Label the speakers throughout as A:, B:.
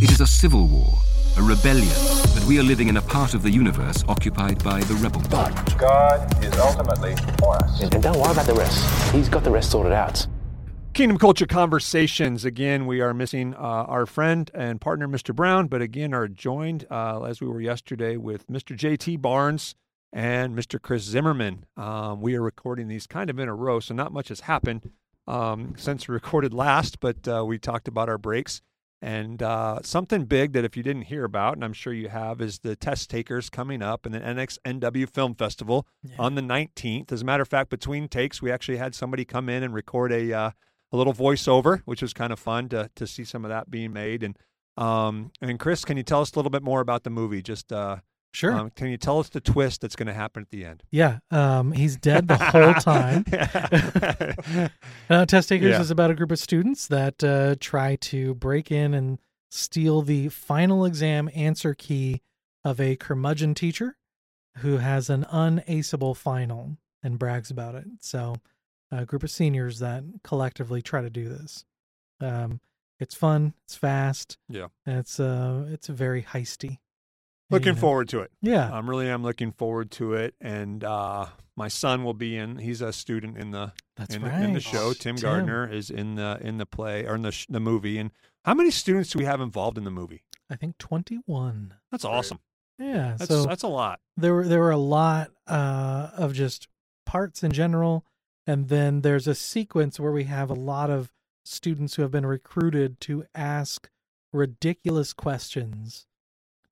A: It is a civil war, a rebellion, that we are living in a part of the universe occupied by the rebel.
B: But God is ultimately for us.
C: And don't worry about the rest. He's got the rest sorted out.
D: Kingdom Culture Conversations. Again, we are missing uh, our friend and partner, Mr. Brown, but again, are joined, uh, as we were yesterday, with Mr. JT Barnes and Mr. Chris Zimmerman. Um, we are recording these kind of in a row, so not much has happened um, since we recorded last, but uh, we talked about our breaks. And uh, something big that if you didn't hear about, and I'm sure you have, is the test takers coming up and the NXNW Film Festival
E: Yeah.
D: on the 19th. As a matter of fact, between takes, we actually had somebody come in and record a. Uh, a little voiceover, which was kind of fun to to see some of that being made. And um, and Chris, can you tell us a little bit more about the movie? Just uh,
E: Sure.
D: um, can you tell us the twist that's going to happen at the end?
E: yeah. Um, he's dead the whole time.
D: Yeah.
E: Uh, Test Takers
D: Yeah.
E: is about a group of students that uh, try to break in and steal the final exam answer key of a curmudgeon teacher who has an unaceable final and brags about it. So, a group of seniors that collectively try to do this. Um, it's fun. It's fast.
D: Yeah.
E: and it's uh, it's very heisty.
D: looking
E: You know?
D: forward to it.
E: Yeah.
D: I'm really am looking forward to it. And uh, my son will be in. He's a student in the
E: That's
D: in,
E: right.
D: the, in the show. Tim,
E: Tim.
D: Gardner is in the in the play or in the sh- the movie. And how many students do we have involved in the movie?
E: I think twenty one.
D: That's awesome.
E: Yeah.
D: That's
E: so
D: that's a lot.
E: there were there were a lot uh, of just parts in general, and then there's a sequence where we have a lot of students who have been recruited to ask ridiculous questions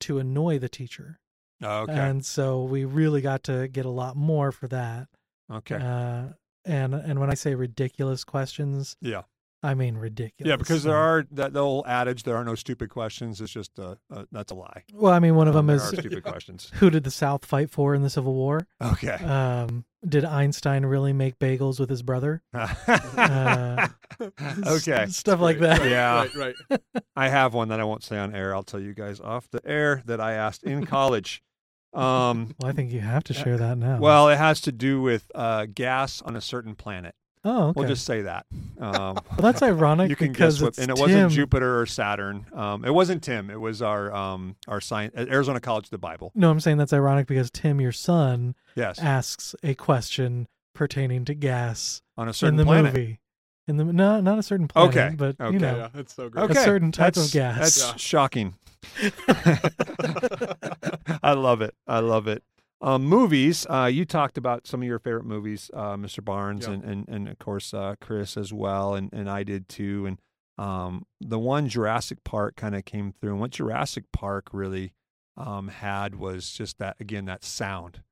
E: to annoy the teacher,
D: Okay.
E: and so we really got to get a lot more for that.
D: okay.
E: Uh, and and when I say ridiculous questions,
D: yeah.
E: I mean ridiculous.
D: Yeah, because there
E: So-
D: are that the old adage, there are no stupid questions. It's just uh, uh, that's a lie.
E: Well, I mean, one of
D: Um,
E: them
D: there
E: is
D: are stupid questions.
E: who did the South fight for in the Civil War?
D: Okay.
E: Um, did Einstein really make bagels with his brother? uh,
D: okay.
E: S- stuff like that.
D: Yeah.
F: Right, right.
D: I have one that I won't say on air. I'll tell you guys off the air that I asked in college. Um,
E: Well, I think you have to share that now.
D: well, it has to do with uh, gas on a certain planet.
E: oh, okay.
D: We'll just say that. Um,
E: well, that's ironic
D: you can
E: because
D: guess what,
E: it's
D: and it
E: Tim.
D: wasn't Jupiter or Saturn. Um, it wasn't Tim. It was our um, our science Arizona College of the Bible.
E: No, I'm saying that's ironic because Tim, your son,
D: Yes,
E: asks a question pertaining to gas
D: on a
E: in
D: certain
E: the
D: planet.
E: movie. In the no, not a certain planet,
D: Okay.
E: but
D: Okay.
E: you know,
F: Yeah, that's so great.
D: okay.
E: certain type of
D: that's-
E: gas.
D: That's
F: Yeah.
D: shocking. I love it. I love it. Um, movies. Uh, you talked about some of your favorite movies, uh, Mr. Barnes,
F: Yeah.
D: and, and and of course uh, Chris as well, and and I did too. And um, the one Jurassic Park kind of came through, and what Jurassic Park really um, had was just that again that sound.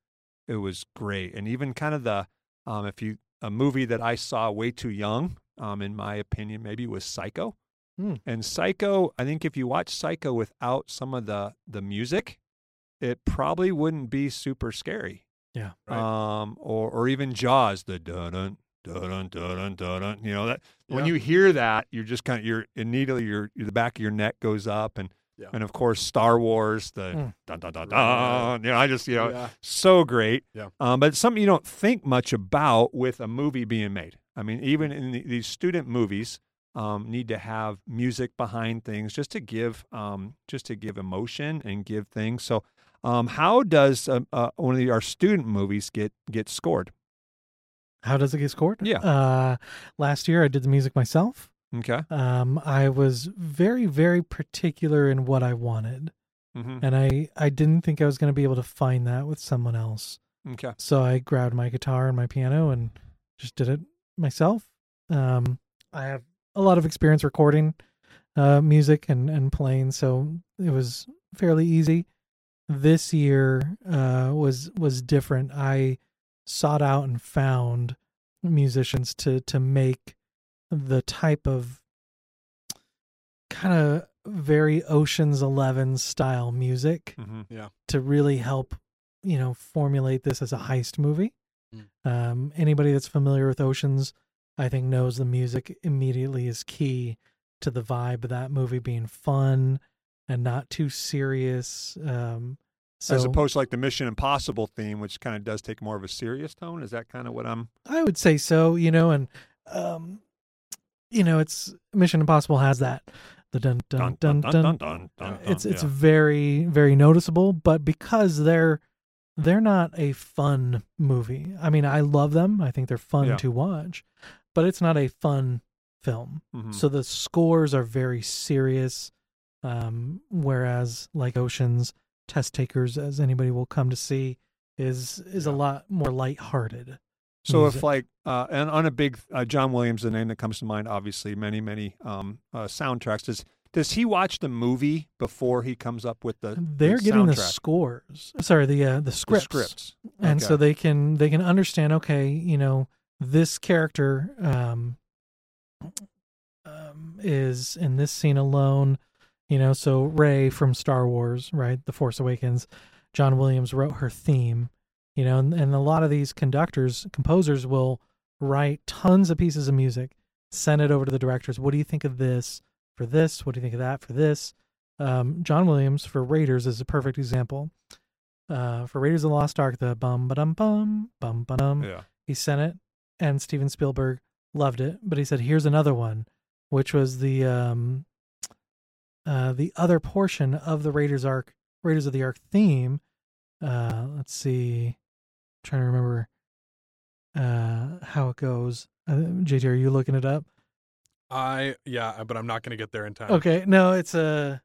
D: It was great, and even kind of the um, if you a movie that I saw way too young, um, in my opinion, maybe was Psycho.
E: Hmm.
D: And Psycho, I think if you watch Psycho without some of the the music, it probably wouldn't be super scary.
E: Yeah.
D: Um, or or even Jaws, the dun dun dun dun dun dun dun. You know that when
F: Yeah.
D: you hear that, you're just kind of you're immediately your the back of your neck goes up, and
F: Yeah. Hmm.
D: and of course Star Wars, the
E: Mm.
D: dun dun dun
F: Right.
D: dun. You know, I just you know
F: Yeah.
D: so great.
F: Yeah.
D: Um, but it's something you don't think much about with a movie being made. I mean, even
F: Hmm.
D: in the, these student movies, um, need to have music behind things just to give um, just to give emotion and give things. So, um, how does uh, uh, one of the, our student movies get get scored?
E: how does it get scored?
D: Yeah.
E: Uh, last year I did the music myself.
D: Okay.
E: Um, I was very, very particular in what I wanted,
D: hmm
E: and I I didn't think I was going to be able to find that with someone else.
D: Okay.
E: So I grabbed my guitar and my piano and just did it myself. Um, I have a lot of experience recording uh, music and, and playing, so it was fairly easy. This year uh, was was different. I sought out and found musicians to to make the type of kind of very Ocean's 11 style music
D: Mhm.
E: to really help, you know, formulate this as a heist movie. Um, anybody that's familiar with Ocean's, I think, knows the music immediately is key to the vibe of that movie being fun and not too serious. Um, so
D: As opposed to like the Mission Impossible theme, which kind of does take more of a serious tone. Is that kind of what I'm?
E: I would say so, you know, and um you know, it's Mission Impossible has that the dun dun dun dun.
D: dun, dun, dun.
E: Uh, It's it's
D: Yeah.
E: very very noticeable, but because they're they're not a fun movie. I mean, I love them. I think they're fun
D: Yeah.
E: to watch, but it's not a fun film.
D: Mhm.
E: So the scores are very serious um whereas like Ocean's Test Takers as anybody will come to see is is a lot more lighthearted.
D: So if
E: music.
D: like uh, and on a big uh, John Williams, the name that comes to mind, obviously many many um, uh, soundtracks. Does does he watch the movie before he comes up with the?
E: they're
D: the
E: getting the
D: soundtrack?
E: scores sorry the uh, the
D: The
E: scripts,
D: scripts.
E: and
D: Okay.
E: so they can they can understand okay you know this character um, um is in this scene alone you know so ray from star wars right the force awakens john williams wrote her theme you know and, and a lot of these conductors composers will write tons of pieces of music send it over to the directors what do you think of this for this what do you think of that for this um, john williams for raiders is a perfect example uh, for raiders of the lost ark the bum ba dum bum bum ba dum
D: Yeah.
E: he sent it and steven spielberg loved it but he said here's another one which was the um uh the other portion of the raiders arc raiders of the ark theme uh let's see trying to remember uh how it goes uh, jt are you looking it up
F: I yeah, but I'm not gonna get there in time.
E: okay no it's a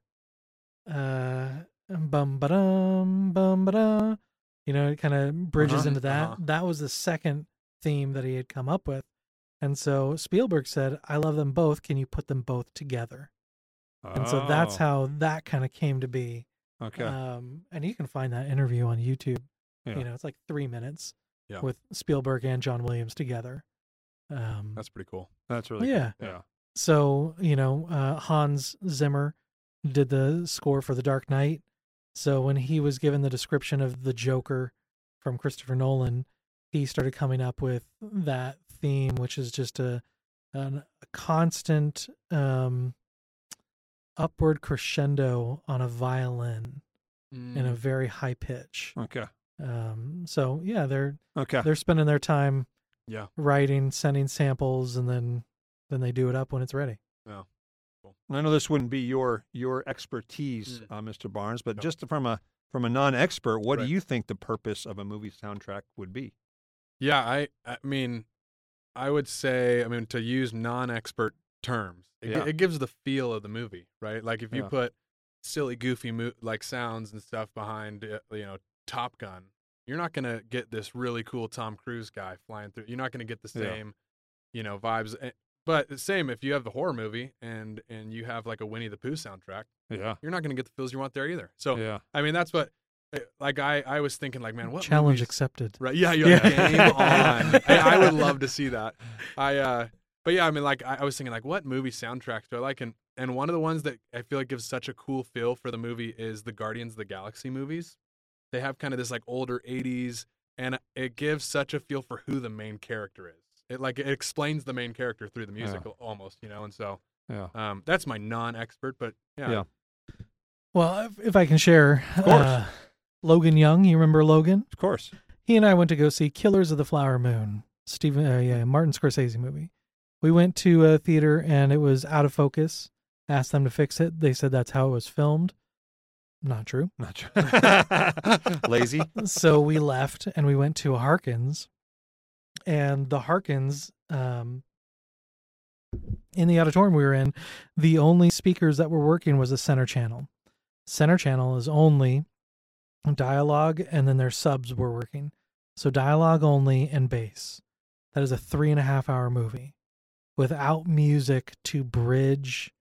E: uh bum ba dum bum ba dum you know it kind of bridges
F: Uh-huh,
E: into that
F: uh-huh.
E: that was the second theme that he had come up with and so spielberg said i love them both can you put them both together and so that's
D: Oh,
E: how that kind of came to be
D: Okay.
E: um and you can find that interview on youtube
D: Yeah.
E: you know it's like three minutes
F: Yeah.
E: with spielberg and john williams together um
F: That's pretty cool.
D: that's really.
E: yeah.
D: Cool. Yeah.
E: so you know uh, hans zimmer did the score for the dark knight so when he was given the description of the joker from christopher nolan he started coming up with that theme which is just a an, a constant um upward crescendo on a violin in
D: Mm.
E: a very high pitch
D: Okay.
E: um so yeah they're
D: Okay.
E: they're spending their time
F: Yeah.
E: writing sending samples and then then they do it up when it's ready
D: I know this wouldn't be your your expertise, uh, Mr. Barnes, but
F: No.
D: just from a from a non-expert, what
F: Right.
D: do you think the purpose of a movie soundtrack would be?
F: Yeah, I I mean, I would say I mean to use non-expert terms, it, gi-
D: Yeah.
F: it gives the feel of the movie, right? Like if you
D: Yeah.
F: put silly, goofy mo- like sounds and stuff behind, uh, you know, Top Gun, you're not gonna get this really cool Tom Cruise guy flying through. You're not gonna get the
D: Yeah.
F: same, you know, vibes. Eh, But the same if you have the horror movie and and you have like a Winnie the Pooh soundtrack,
D: Yeah.
F: you're not gonna get the feels you want there either. So
D: Yeah.
F: I mean, that's what. eh, Like I, I was thinking, like man, what
E: challenge
F: movies-
E: accepted
F: Right. Yeah. You're like,
E: Yeah.
F: game on. I, I would love to see that. I, uh, but yeah, I mean, like, I, I was thinking, like, what movie soundtracks do I like? And and one of the ones that I feel like gives such a cool feel for the movie is the Guardians of the Galaxy movies. They have kind of this like older '80s, and it gives such a feel for who the main character is. It like it explains the main character through the music al- almost, you know. And so,
D: Yeah.
F: um, that's my non-expert, but yeah,
D: Yeah.
E: well if, if i can share uh, logan young you remember logan
D: Of course.
E: he and i went to go see killers of the flower moon steven uh, yeah martin scorsese movie we went to a theater and it was out of focus asked them to fix it they said that's how it was filmed not true
D: Not true. Lazy.
E: so we left and we went to a Harkins, and the Harkins, um, in the auditorium we were in, the only speakers that were working was the center channel. Center channel is only dialogue, and then their subs were working. So dialogue only and bass. That is a three and a half hour movie without music to bridge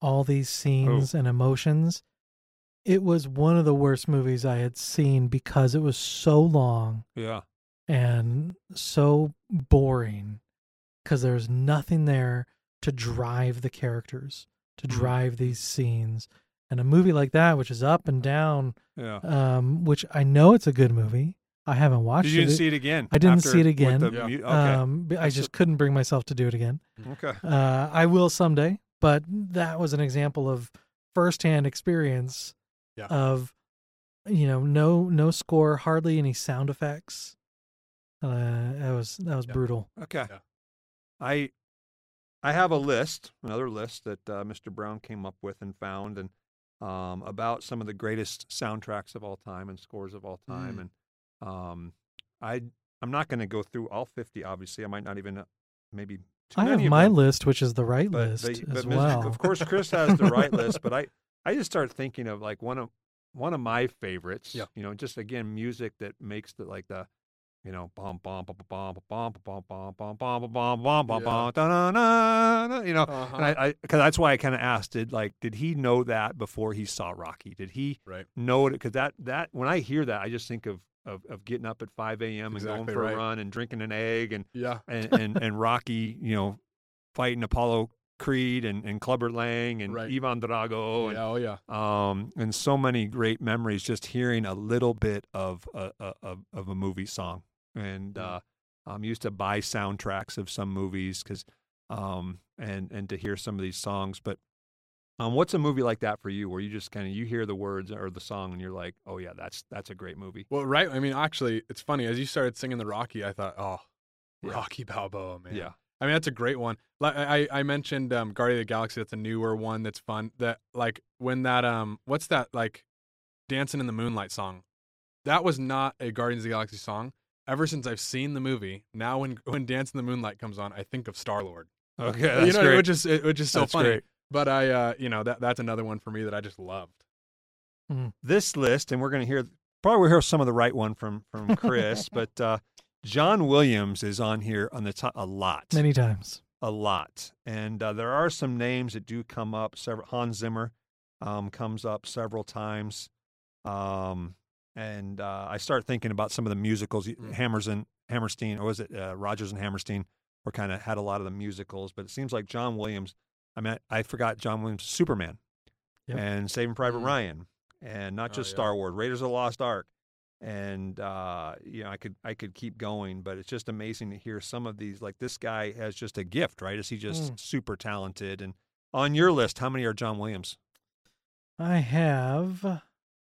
E: all these scenes and emotions it was one of the worst movies I had seen because it was so long
D: Yeah.
E: and so boring because there's nothing there to drive the characters, to
D: Mm-hmm.
E: drive these scenes. And a movie like that, which is up and down,
D: Yeah.
E: um, which I know it's a good movie. I haven't watched
D: Did you
E: it.
D: see it again?
E: I didn't
D: after
E: see it
D: with
E: again.
D: the
F: Yeah.
D: mu- okay.
E: Um, but I just couldn't bring myself to do it again.
D: okay.
E: Uh, I will someday, but that was an example of firsthand experience
F: Yeah.
E: of you know no no score, hardly any sound effects. Uh, that was that was
F: Yeah.
E: brutal.
D: Okay.
F: Yeah.
D: I I have a list, another list that uh, Mr. Brown came up with and found, and um, about some of the greatest soundtracks of all time and scores of all time.
E: Mm.
D: And um, I I'm not going to go through all 50. Obviously, I might not even uh, maybe. Too
E: I have
D: many of
E: my
D: them,
E: list, which is the right
D: but
E: list
D: they- but
E: as
D: Ms-
E: well.
D: Of course, Chris has the right list, but I I just start thinking of like one of one of my favorites.
F: Yeah.
D: You know, just again music that makes the like the you know bom bom bom bom bom bom bom bom bom bom bom bom bom
F: Yeah.
D: bom da na na you know.
F: Uh-huh.
D: And I, because that's why I kind of asked, did like, did he know that before he saw Rocky? Did he
F: Right.
D: know it? Because that that when I hear that, I just think of of, of getting up at 5 a.m. and
F: Exactly
D: going for
F: right.
D: a run and drinking an egg and
F: yeah.
D: and and, and Rocky, you know, fighting Apollo Creed and, and Clubber Lang and
F: Right.
D: Ivan Drago and
F: yeah. Oh yeah.
D: um and so many great memories just hearing a little bit of a, a, of, of a movie song and
F: Yeah.
D: uh I'm used to buy soundtracks of some movies cuz um and and to hear some of these songs but um what's a movie like that for you where you just kind of you hear the words or the song and you're like oh yeah that's that's a great movie
F: Well, right. I mean, actually, it's funny. As you started singing the Rocky, I thought, oh,
D: Yeah.
F: Rocky Balboa, man.
D: yeah
F: I mean, that's a great one. Like I, I I mentioned, um, Guardian of the Galaxy. That's a newer one. That's fun. That like when that um, what's that like, Dancing in the Moonlight song? That was not a Guardians of the Galaxy song. Ever since I've seen the movie, now when when Dancing in the Moonlight comes on, I think of Star Lord.
D: okay that's
F: you know,
D: great
F: which is it- which is so
D: That's
F: funny.
D: great.
F: But I, uh, you know, that that's another one for me that I just loved.
D: this list, and we're going to hear probably we'll hear some of the right one from from Chris, but uh, John Williams is on here on the top a lot,
E: Many times.
D: a lot, and uh, there are some names that do come up. Several Hans Zimmer um, comes up several times, um, and uh, I start thinking about some of the musicals.
F: Mm.
D: Hammers and Hammerstein, or was it uh, Rogers and Hammerstein, were kind of had a lot of the musicals, but it seems like John Williams. I mean, I, I forgot John Williams, Superman
E: Yep.
D: and Saving Private
F: Mm.
D: Ryan, and not
F: Oh,
D: just
F: yeah.
D: Star Wars, Raiders of the Lost Ark, and uh, you know I could I could keep going, but it's just amazing to hear some of these. Like this guy has just a gift, right? Is he just
E: Mm.
D: super talented? And on your list, how many are John Williams?
E: I have uh,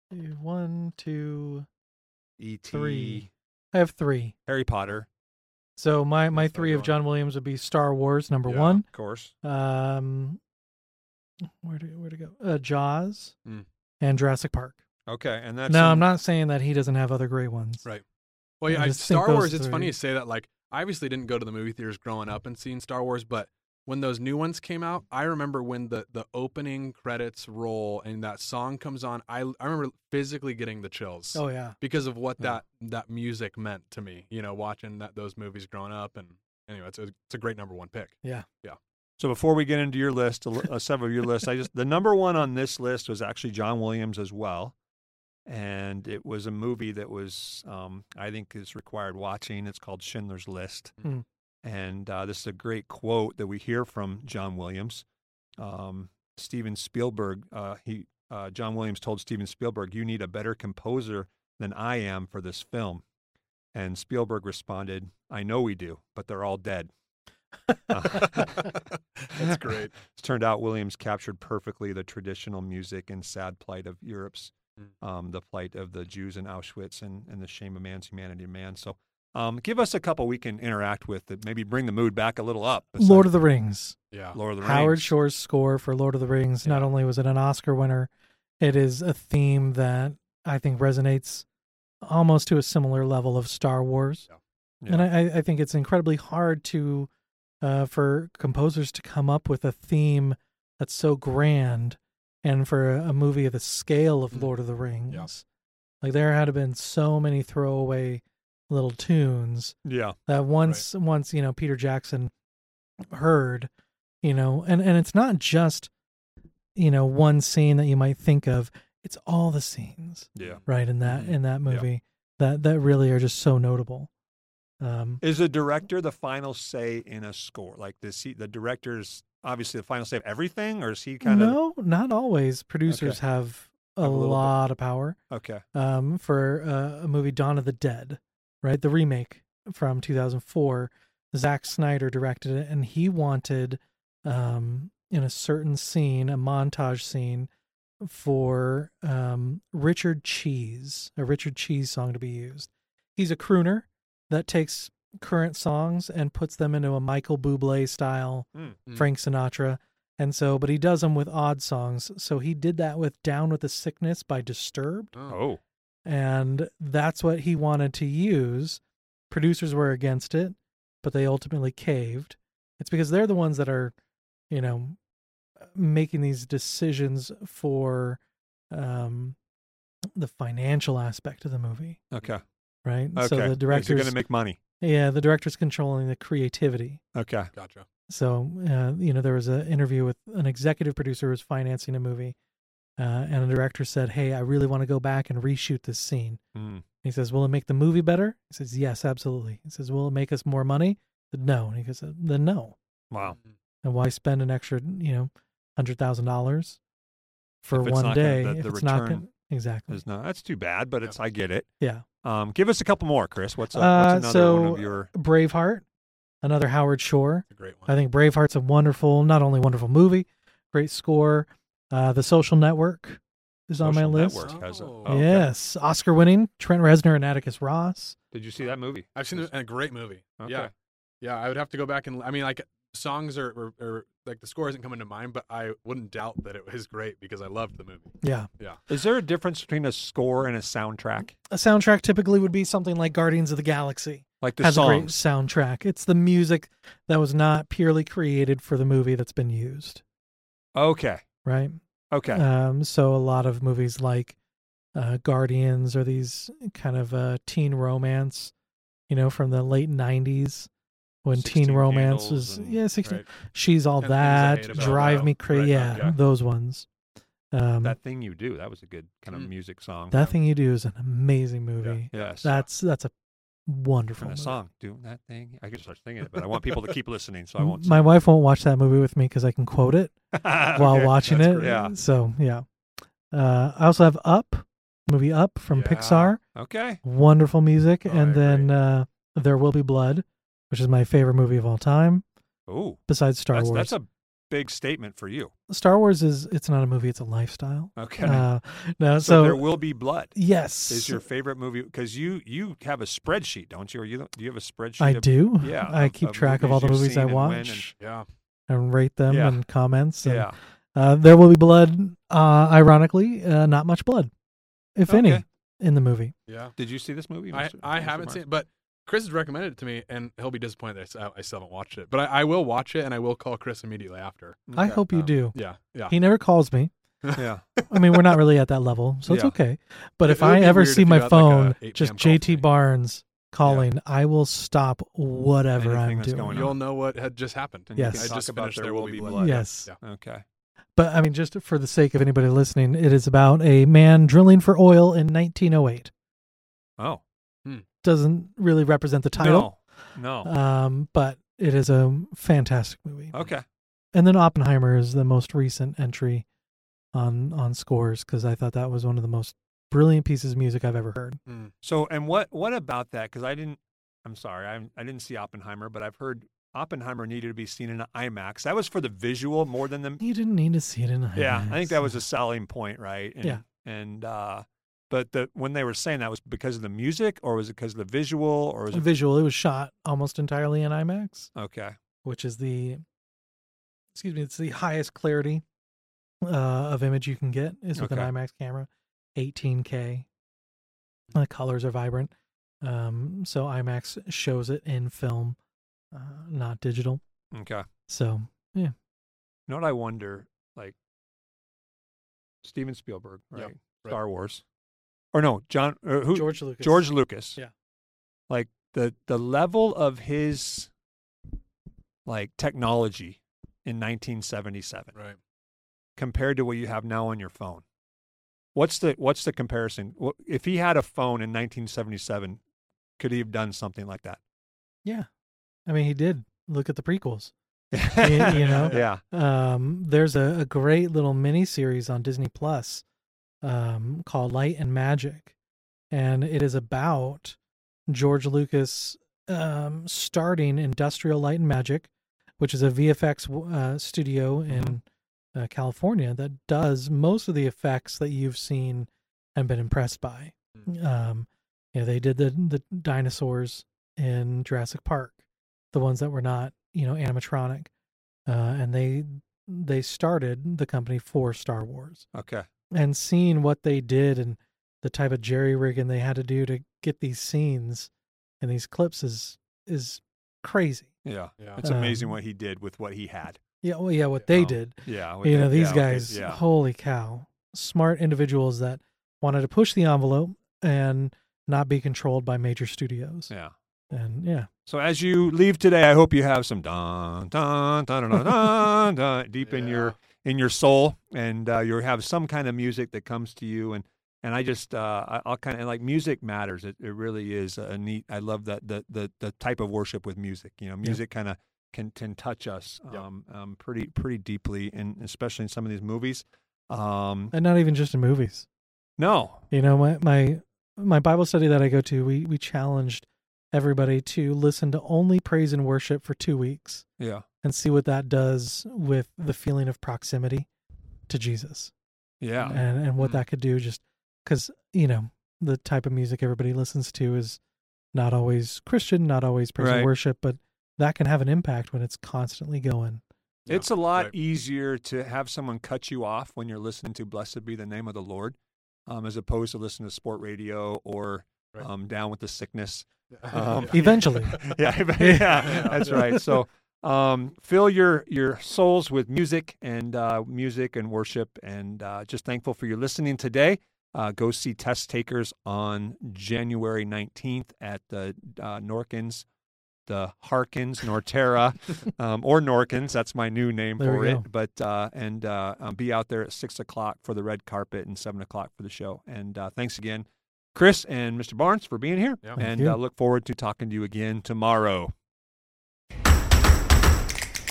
E: one, two,
D: E.T.,
E: Three. I have three.
D: E Harry Potter,
E: So my my
F: That's
E: three
F: another
E: of
F: one.
E: John Williams would be Star Wars number
F: Yeah.
E: one.
D: of course.
E: Um, where to where to go? Uh, Jaws
F: Mm.
E: and Jurassic Park.
D: Okay, and that's
E: no,
D: in-
E: I'm not saying that he doesn't have other great ones.
F: Right. Well, yeah,
E: I
F: I,
E: just think
F: Star
E: those
F: Wars. It's funny
E: three-
F: you say that. Like, I obviously didn't go to the movie theaters growing up and seeing Star Wars, but when those new ones came out, I remember when the the opening credits roll and that song comes on. I I remember physically getting the chills
E: Oh yeah.
F: because of what
D: Yeah.
F: that that music meant to me. You know, watching that those movies growing up, and anyway, it's a, it's a great number one pick.
D: So before we get into your list, a l- uh, several of your lists, I just the number one on this list was actually John Williams as well, and it was a movie that was um, I think is required watching. It's called Schindler's List,
E: Mm.
D: and uh, this is a great quote that we hear from John Williams. Um, Steven Spielberg, uh, he uh, John Williams told Steven Spielberg, "You need a better composer than I am for this film," and Spielberg responded, "I know we do, but they're all dead."
F: That's great.
D: It's turned out Williams captured perfectly the traditional music and sad plight of Europe's, um, the plight of the Jews in Auschwitz and, and the shame of man's humanity to man. So um, give us a couple we can interact with that maybe bring the mood back a little up.
E: Lord of the Rings.
F: Yeah.
D: Lord of the
E: Howard
D: Rings.
E: Shore's score for Lord of the Rings. Not only was it an Oscar winner, it is a theme that I think resonates almost to a similar level of Star Wars.
D: Yeah.
E: And I, I- I think it's incredibly hard to uh, for composers to come up with a theme that's so grand, and for a, a movie of the scale of
F: Mm.
E: Lord of the Rings, like there had been so many throwaway little tunes
D: Yeah.
E: that once once you know Peter Jackson heard, you know, and and it's not just you know one scene that you might think of; it's all the scenes
D: Yeah. Mm-hmm.
E: right in that
F: Mhm.
E: in that
D: Yeah.
E: movie that that really are just so notable. Um,
D: Is the director the final say in a score? Like, does he, the director's obviously the final say of everything, or is he kind
E: no, not always. Producers have a
D: Have a little bit.
E: lot of power.
D: of okay?
E: um, for uh, a movie Dawn of the Dead, right? The remake from 2004. Zack Snyder directed it, and he wanted um, in a certain scene, a montage scene, for um, Richard Cheese, a Richard Cheese song to be used. He's a crooner that takes current songs and puts them into a Michael Bublé style
D: Mm.
F: Mm.
E: Frank Sinatra. And so, but he does them with odd songs. So he did that with Down with the Sickness by Disturbed
D: Oh,
E: and that's what he wanted to use. Producers were against it, but they ultimately caved. It's because they're the ones that are, you know, making these decisions for um, the financial aspect of the movie,
D: okay,
E: right?
D: okay.
E: So the
D: are going
E: directors,
D: to make money.
E: yeah, the directors controlling the creativity.
D: Okay,
F: Gotcha.
E: So, uh, you know, there was an interview with an executive producer who was financing a movie, uh, and a director said, "Hey, I really want to go back and reshoot this scene."
D: Mm.
E: He says, "Will it make the movie better?" He says, "Yes, absolutely." He says, "Will it make us more money?" He said, no. And he goes, "Then no."
D: wow.
F: Mm.
E: And why spend an extra, you know, hundred thousand dollars for
D: If it's
E: one
D: not gonna-
E: day
D: the- the
E: if it's not
D: return
E: gonna, exactly?
D: There's no, that's too bad, but it's I get it.
E: Yeah.
D: Um, give us a couple more, Chris. What's, up?
E: Uh,
D: what's another one
E: so
D: of your?
E: Braveheart, another Howard Shore.
F: It's a great one.
E: I think Braveheart's a wonderful, not only wonderful movie, great score. Uh, the Social Network is on my
D: Social
E: list.
D: Network has a-
F: Oh.
D: okay.
E: Yes, Oscar-winning Trent Reznor and Atticus Ross.
D: Did you see that movie?
F: I've seen it in a great movie. Yeah.
D: Okay.
F: Yeah. I would have to go back and, I mean, like, songs are, are, are like, the score isn't coming to mind, but I wouldn't doubt that it was great because I loved the movie.
E: Yeah,
D: Is there a difference between a score and a soundtrack?
E: a soundtrack typically would be something like Guardians of the Galaxy.
D: Like the
E: has a great
D: songs.
E: soundtrack. It's the music that was not purely created for the movie that's been used,
D: Okay.
E: right?
D: Okay.
E: Um, so a lot of movies like uh, Guardians or these kind of uh, teen romance, you know, from the late '90s when
D: 16
E: teen romance
D: Candles
E: was
D: and-
E: yeah, 16,
D: right.
E: she's all
F: Ten Things I Hate
E: that,
F: About
E: drive
F: Love.
E: me crazy,
F: Right,
E: yeah,
F: okay.
E: those ones. Um, that,
D: That thing you do. That was a good kind of
F: Mm.
D: music song.
E: thing you do is an amazing movie.
D: Yes.
E: That's that's a wonderful
D: from the
E: movie.
D: song. Doing that thing. I could start singing it, but I want people to keep listening, so I won't.
E: My wife won't watch that movie with me because I can quote it.
D: sing.
E: while
D: Okay,
E: watching
D: that's
E: it.
D: great. Yeah.
E: So yeah. Uh, I also have Up, the movie Up from
F: Yeah.
E: Pixar.
D: Okay.
E: Wonderful music,
F: Oh, I
E: and
F: agree.
E: then uh, There Will Be Blood, which is my favorite movie of all time,
D: Oh,
E: besides Star
D: that's,
E: Wars.
D: that's a big statement for you.
E: Star Wars is it's not a movie; it's a lifestyle.
D: Okay.
E: Uh, no,
D: so,
E: so,
D: there will be blood.
E: yes,
D: Is your favorite movie? Because you you have a spreadsheet, don't you? Or you don't- do you have a spreadsheet?
E: I
D: of-
E: do.
D: Yeah,
E: I
D: of-
E: keep
D: of
E: track of all the
D: movies you've
E: movies I
D: seen and when and-
E: watch
F: Yeah.
E: and, rate them
D: Yeah.
E: and comments. And,
D: Yeah.
E: Uh, there will be blood. Uh, ironically, uh, not much blood, if any,
D: Okay.
E: in the movie.
F: Yeah.
D: Did you see this movie?
F: I,
D: Mr.
F: I
D: Mr.
F: haven't
D: Marks?
F: seen it, but Chris has recommended it to me, and he'll be disappointed that I, I still haven't watched it. But I, I will watch it, and I will call Chris immediately after.
E: I
D: Okay.
E: hope you
F: Um,
E: do.
F: Yeah, yeah.
E: He never calls me.
D: Oh. Yeah.
E: I mean, we're not really at that level, so it's
D: Yeah.
E: okay. But
F: It-
E: if
F: it would
E: I
F: be
E: ever
F: weird if
E: see
F: you
E: my
F: got, like,
E: phone,
F: a 8
E: just
F: PM call
E: JT
F: from me.
E: Barnes calling, I will stop whatever
D: Anything
E: I'm
D: that's
E: doing.
D: going
F: You'll know what had just happened.
D: And you
E: Yes.
D: can
E: I
D: talk
F: just
D: about
F: finished
D: there
F: There
D: will
F: Will
D: be
F: Be
D: blood.
F: Blood.
E: Yes.
F: Yeah.
D: Okay.
E: But I mean, just for the sake of anybody listening, it is about a man drilling for oil in 1908.
D: Oh.
E: Doesn't really represent the title,
D: No. Oh. No.
E: um, but it is a fantastic movie.
D: okay.
E: And then Oppenheimer is the most recent entry on on scores because I thought that was one of the most brilliant pieces of music I've ever heard.
D: So, and what what about that? Because I didn't. I'm sorry, I, I didn't see Oppenheimer, but I've heard Oppenheimer needed to be seen in IMAX. That was for the visual more than the.
E: You didn't need to see it in IMAX.
D: Yeah, I think that was a selling point, right? And,
E: Yeah.
D: And uh, but the when they were saying that was because of the music, or was it because of the visual, or was it
E: visual. It was shot almost entirely in IMAX,
D: okay?
E: which is the excuse me, it's the highest clarity uh, of image you can get is with
D: Okay.
E: an IMAX camera, 18K.
D: Hmm.
E: The colors are vibrant, um, so IMAX shows it in film, uh, not digital.
D: Okay. You
E: So
D: know what I wonder? Like Steven Spielberg, right?
F: Yeah, right.
D: Star Wars, or no, John? Or who?
E: George Lucas,
D: George Lucas.
E: Yeah.
D: Like the the level of his like technology in 1977
F: Right.
D: compared to what you have now on your phone. What's the what's the comparison? Wh- If he had a phone in 1977, could he have done something like that?
E: yeah, I mean he did. Look at the prequels. Y- you know?
D: yeah.
E: Um, there's a, a great little mini series on Disney Plus um, called Light and Magic, and it is about George Lucas um, starting Industrial Light and Magic, which is a VFX w- uh, studio in uh, California that does most of the effects that you've seen and been impressed by. Um, you know, they did the the dinosaurs in Jurassic Park, the ones that were not you know animatronic, uh, and they they started the company for Star Wars
D: Okay.
E: and seeing what they did and the type of jerry rigging they had to do to get these scenes and these clips is is crazy.
D: Yeah.
F: Yeah.
D: It's
E: Um,
D: amazing what he did with what he had.
E: Yeah, well, yeah, what they
F: Oh,
E: did.
D: Yeah. with
E: You
D: that-
E: know, these
D: yeah, okay,
E: guys,
D: Yeah.
E: holy cow, smart individuals that wanted to push the envelope and not be controlled by major studios.
D: Yeah.
E: And yeah,
D: So as you leave today, I hope you have some dun dun dun dun dun, dun deep in your in your soul, and uh, you have some kind of music that comes to you. And and I just uh, I, I'll kind of like music matters. It, it really is a neat. I love that the the the type of worship with music. You know, music kind of can can touch us
F: Yeah.
D: um, um, pretty pretty deeply, and especially in some of these movies. Um,
E: and not even just in movies.
D: no,
E: You know, my my my Bible study that I go to, we we challenged everybody to listen to only praise and worship for 2 weeks.
D: yeah,
E: and see what that does with the feeling of proximity to Jesus
D: yeah,
E: and, and what
F: Mm.
E: that could do just because, you know, the type of music everybody listens to is not always Christian, not always praise and
D: Right.
E: worship, but that can have an impact when it's constantly going.
F: Yeah,
D: It's a lot
F: right.
D: easier to have someone cut you off when you're listening to "Blessed Be the Name of the Lord," um, as opposed to listening to sport radio or
F: Right.
D: um, "Down with the Sickness." Um,
F: Yeah.
E: Eventually.
D: yeah, yeah, that's right. So um, fill your your souls with music and uh, music and worship, and uh, just thankful for your listening today. Uh, go see Test Takers on January 19th at the uh, Norkins, the Harkins, Norterra, um, or Norkins. That's my new name
E: There
D: for
E: we go.
D: it. But uh, and uh, um, be out there at six o'clock for the red carpet and seven o'clock for the show. And uh, thanks again, Chris and Mr. Barnes, for being here.
F: Yeah.
E: Thank
D: And
E: you.
D: uh, look forward to talking to you again tomorrow.